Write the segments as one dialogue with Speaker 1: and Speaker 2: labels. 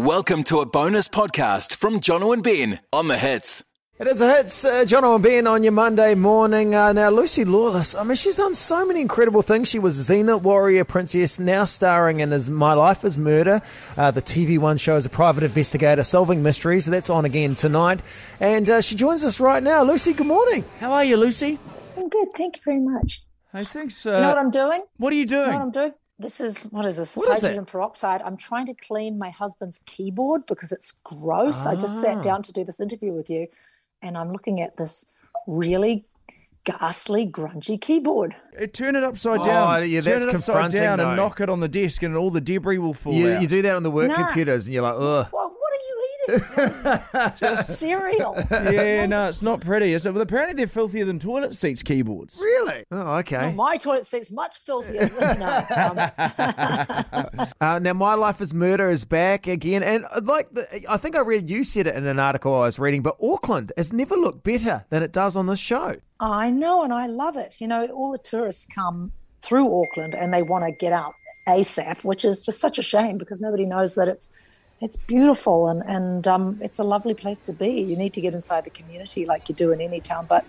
Speaker 1: Welcome to a bonus podcast from Jono and Ben on the hits.
Speaker 2: It is a hit, uh, Jono and Ben on your Monday morning. Uh, now, Lucy Lawless, I mean, she's done so many incredible things. She was Xena Warrior Princess, now starring in is My Life is Murder, uh, the TV One show as a private investigator solving mysteries. That's on again tonight. And uh, she joins us right now. Lucy, good morning.
Speaker 3: How are you, Lucy?
Speaker 4: I'm good. Thank you very much.
Speaker 3: I think
Speaker 4: You know what I'm doing?
Speaker 3: Uh, What are you
Speaker 4: You know what I'm
Speaker 3: doing?
Speaker 4: doing? This is what is this?
Speaker 3: What is
Speaker 4: Hydrogen
Speaker 3: it?
Speaker 4: peroxide. I'm trying to clean my husband's keyboard because it's gross. I just
Speaker 3: Ah.
Speaker 4: sat down to do this interview with you, and I'm looking at this really ghastly, grungy keyboard.
Speaker 3: Uh, Turn it upside down.
Speaker 2: Oh, yeah,
Speaker 3: Turn
Speaker 2: that's
Speaker 3: it upside
Speaker 2: confronting,
Speaker 3: down
Speaker 2: though.
Speaker 3: and knock it on the desk, and all the debris will fall
Speaker 2: You,
Speaker 3: out.
Speaker 2: you do that on the work
Speaker 4: Nah.
Speaker 2: computers, and you're like, ugh.
Speaker 4: Well, what are you eating? cereal.
Speaker 3: yeah, no, it's not pretty. Is it? Well, apparently they're filthier than toilet seats keyboards.
Speaker 2: Really? Oh, okay.
Speaker 4: My toilet seat's much filthier than no, um,
Speaker 2: Uh, now, My Life is Murder is back again. And uh, like, the, I think I read you said it in an article I was reading, but Auckland has never looked better than it does on this show.
Speaker 4: I know, and I love it. You know, all the tourists come through Auckland and they want to get out ASAP, which is just such a shame because nobody knows that it's it's beautiful and and um, it's a lovely place to be. You need to get inside the community like you do in any town, but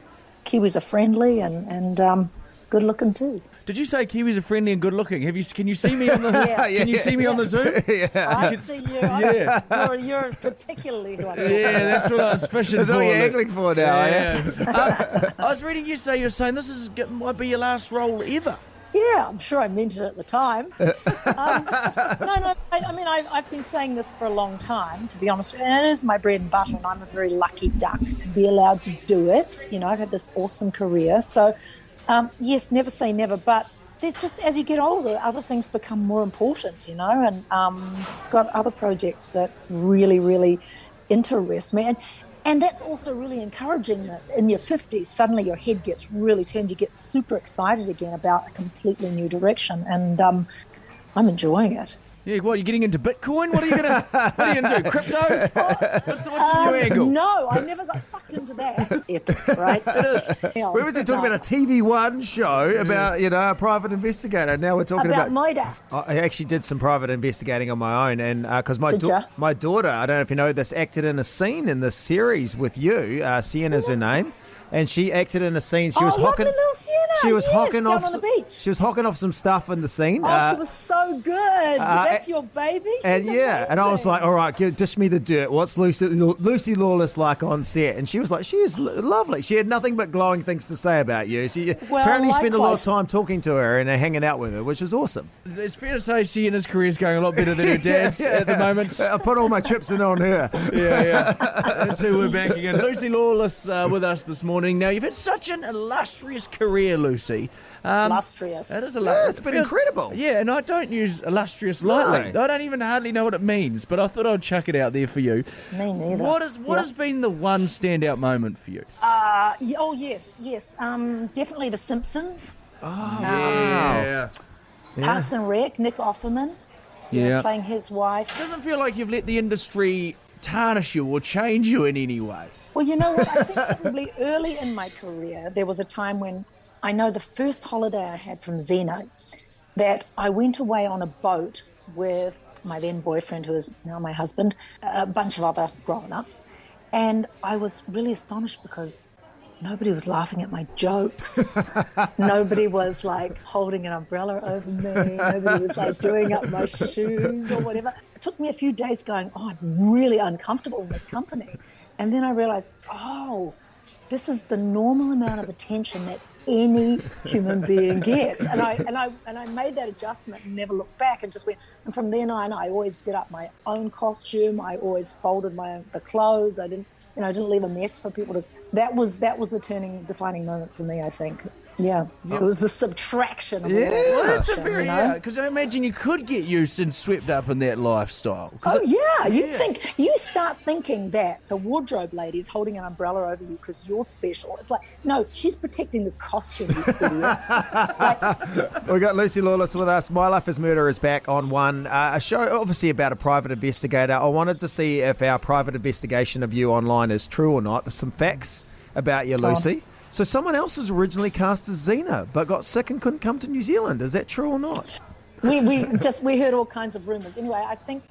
Speaker 4: Kiwis are friendly and and um, good looking too.
Speaker 3: Did you say Kiwis are friendly and good looking? Have you? Can you see me on the? Can you see me on the Zoom? yeah,
Speaker 4: I see you. Yeah. You're, you're particularly who I
Speaker 3: that's what I was fishing
Speaker 2: That's
Speaker 3: for.
Speaker 2: all you're
Speaker 3: Luke.
Speaker 2: angling for now, eh?
Speaker 3: Yeah. Uh, I was reading yesterday. You're saying this is might be your last role ever.
Speaker 4: Yeah, I'm sure I meant it at the time. um, no, no, I, I mean, I've, I've been saying this for a long time, to be honest, and it is my bread and butter, and I'm a very lucky duck to be allowed to do it. You know, I've had this awesome career. So, um, yes, never say never, but there's just as you get older, other things become more important, you know, and um, got other projects that really, really interest me. And, and that's also really encouraging that in your 50s, suddenly your head gets really turned. You get super excited again about a completely new direction. And um, I'm enjoying it.
Speaker 3: Yeah, what? You're getting into Bitcoin? What are you gonna? what are you gonna do? Crypto? What's the, what's
Speaker 2: Um,
Speaker 3: the new angle?
Speaker 4: no, I never got sucked into that. Epic, right? Yeah.
Speaker 2: We were just talking
Speaker 4: No.
Speaker 2: about a TV One show about you know a private investigator. Now we're talking about.
Speaker 4: about my dad.
Speaker 2: I actually did some private investigating on my own, and because my
Speaker 4: Did
Speaker 2: dau-
Speaker 4: ya?
Speaker 2: my daughter, I don't know if you know this, acted in a scene in this series with you. Uh, Sienna's her name, and she acted in a scene. She
Speaker 4: Oh,
Speaker 2: was hocking.
Speaker 4: lovely little Sienna,
Speaker 2: She was
Speaker 4: yes,
Speaker 2: hocking
Speaker 4: down
Speaker 2: off.
Speaker 4: on the beach.
Speaker 2: She was hocking off some stuff in the scene.
Speaker 4: Oh,
Speaker 2: uh,
Speaker 4: she was so good. that's your baby. She's
Speaker 2: and yeah, and I was
Speaker 4: amazing.
Speaker 2: like, "All right, give, dish me the dirt. What's Lucy Lucy Lawless like on set?" And she was like, "She is l- lovely. She had nothing but glowing things to say about you. She uh,
Speaker 4: Well,
Speaker 2: apparently spent a lot of
Speaker 4: likewise.
Speaker 2: time talking to her and uh, hanging out with her, which was awesome."
Speaker 3: It's fair to say Sienna's career is going a lot better than her dad's
Speaker 2: Yeah,
Speaker 3: at the
Speaker 2: yeah.
Speaker 3: moment.
Speaker 2: I put all my chips in on her.
Speaker 3: Yeah, yeah. That's who we're back again. Lucy Lawless uh, with us this morning. Now, you've had such an illustrious career, Lucy. Um,
Speaker 4: illustrious.
Speaker 3: that is a
Speaker 2: Yeah, it's been incredible.
Speaker 3: Yeah, and I don't use illustrious lightly.
Speaker 2: No.
Speaker 3: I don't even hardly know what it means, but I thought I'd chuck it out there for you.
Speaker 4: Me neither.
Speaker 3: What is what
Speaker 4: Yeah.
Speaker 3: has been the one standout moment for you?
Speaker 4: Uh, y- oh yes, yes. Um, definitely The Simpsons,
Speaker 3: yeah.
Speaker 4: Parks and Rec, Nick Offerman. you know,
Speaker 3: Yeah.
Speaker 4: playing his wife.
Speaker 3: Doesn't feel like you've let the industry tarnish you or change you in any way.
Speaker 4: Well, you know what? I think probably early in my career, there was a time when I know the first holiday I had from Xena that I went away on a boat with my then boyfriend, who is now my husband, a bunch of other grown ups. And I was really astonished because nobody was laughing at my jokes. nobody was like holding an umbrella over me. Nobody was like doing up my shoes or whatever. It took me a few days going, oh, I'm really uncomfortable in this company. And then I realized, oh, this is the normal amount of attention that any human being gets. And I and I and I made that adjustment and never looked back and just went and from then on I always did up my own costume. I always folded my own the clothes. I didn't you know, I didn't leave a mess for people to that was that was the turning defining moment for me, I think. Yeah. It was the subtraction of all that
Speaker 2: Yeah.
Speaker 3: Well, that's a
Speaker 4: action,
Speaker 3: very uh,
Speaker 4: you know?
Speaker 3: yeah, because I imagine you could get used and swept up in that lifestyle. 'Cause
Speaker 4: Oh
Speaker 3: it-
Speaker 4: yeah, you
Speaker 3: yeah.
Speaker 4: think you start thinking that the wardrobe lady is holding an umbrella over you because you're special. It's like no, she's protecting the costume. You idiot.
Speaker 2: we got Lucy Lawless with us. My Life is Murder is back on one. Uh, a show, obviously, about a private investigator. I wanted to see if our private investigation of you online is true or not. There's some facts about you, Lucy. So, someone else was originally cast as Xena, but got sick and couldn't come to New Zealand. Is that true or not?
Speaker 4: we, we just we heard all kinds of rumors. Anyway, I think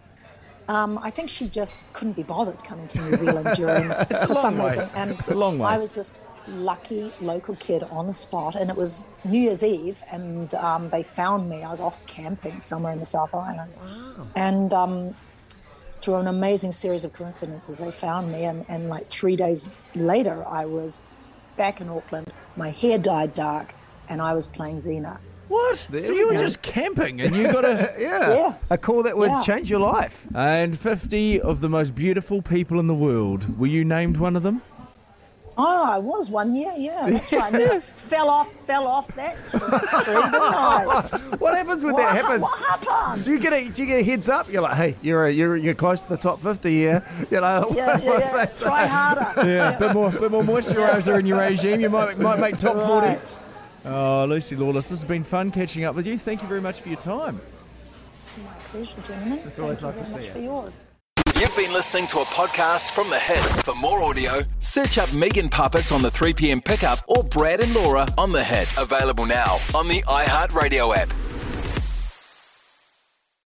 Speaker 4: Um, I think she just couldn't be bothered coming to New Zealand during for
Speaker 3: long
Speaker 4: some
Speaker 3: way.
Speaker 4: reason. And
Speaker 3: It's a long way.
Speaker 4: I was this lucky local kid on the spot, and it was New Year's Eve, and um, they found me. I was off camping somewhere in the South Island, and um, through an amazing series of coincidences, they found me. And, and like three days later, I was back in Auckland. My hair dyed dark, and I was playing Xena.
Speaker 3: What? so
Speaker 2: we
Speaker 3: you were
Speaker 2: go.
Speaker 3: just camping and you got a.
Speaker 2: Yeah.
Speaker 4: Yeah.
Speaker 2: A call that would
Speaker 4: Yeah.
Speaker 2: change your life.
Speaker 3: and 50 of the most beautiful people in the world. Were you named one of them?
Speaker 4: Oh, I was one year, yeah. That's right. Now, fell off, fell off that tree, didn't I?
Speaker 2: What happens when that
Speaker 4: What-
Speaker 2: happens?
Speaker 4: What happened?
Speaker 2: Do you get a do you get a heads up? You're like, hey, you're you're you're close to the top fifty here. You're like,
Speaker 4: Yeah, yeah, yeah. Try harder.
Speaker 3: Yeah, bit more, bit more moisturiser in your regime. You might might make top forty.
Speaker 4: Right.
Speaker 3: Oh, Lucy Lawless, this has been fun catching up with you. Thank you very much for your time.
Speaker 4: My pleasure, gentlemen.
Speaker 2: It's always
Speaker 4: Thank
Speaker 2: nice to
Speaker 4: you.
Speaker 2: see
Speaker 4: very much for yours.
Speaker 1: You've been listening to a podcast from The Hits. For more audio, search up Megan Pappas on the 3pm pickup or Brad and Laura on The Hits. Available now on the iHeartRadio app.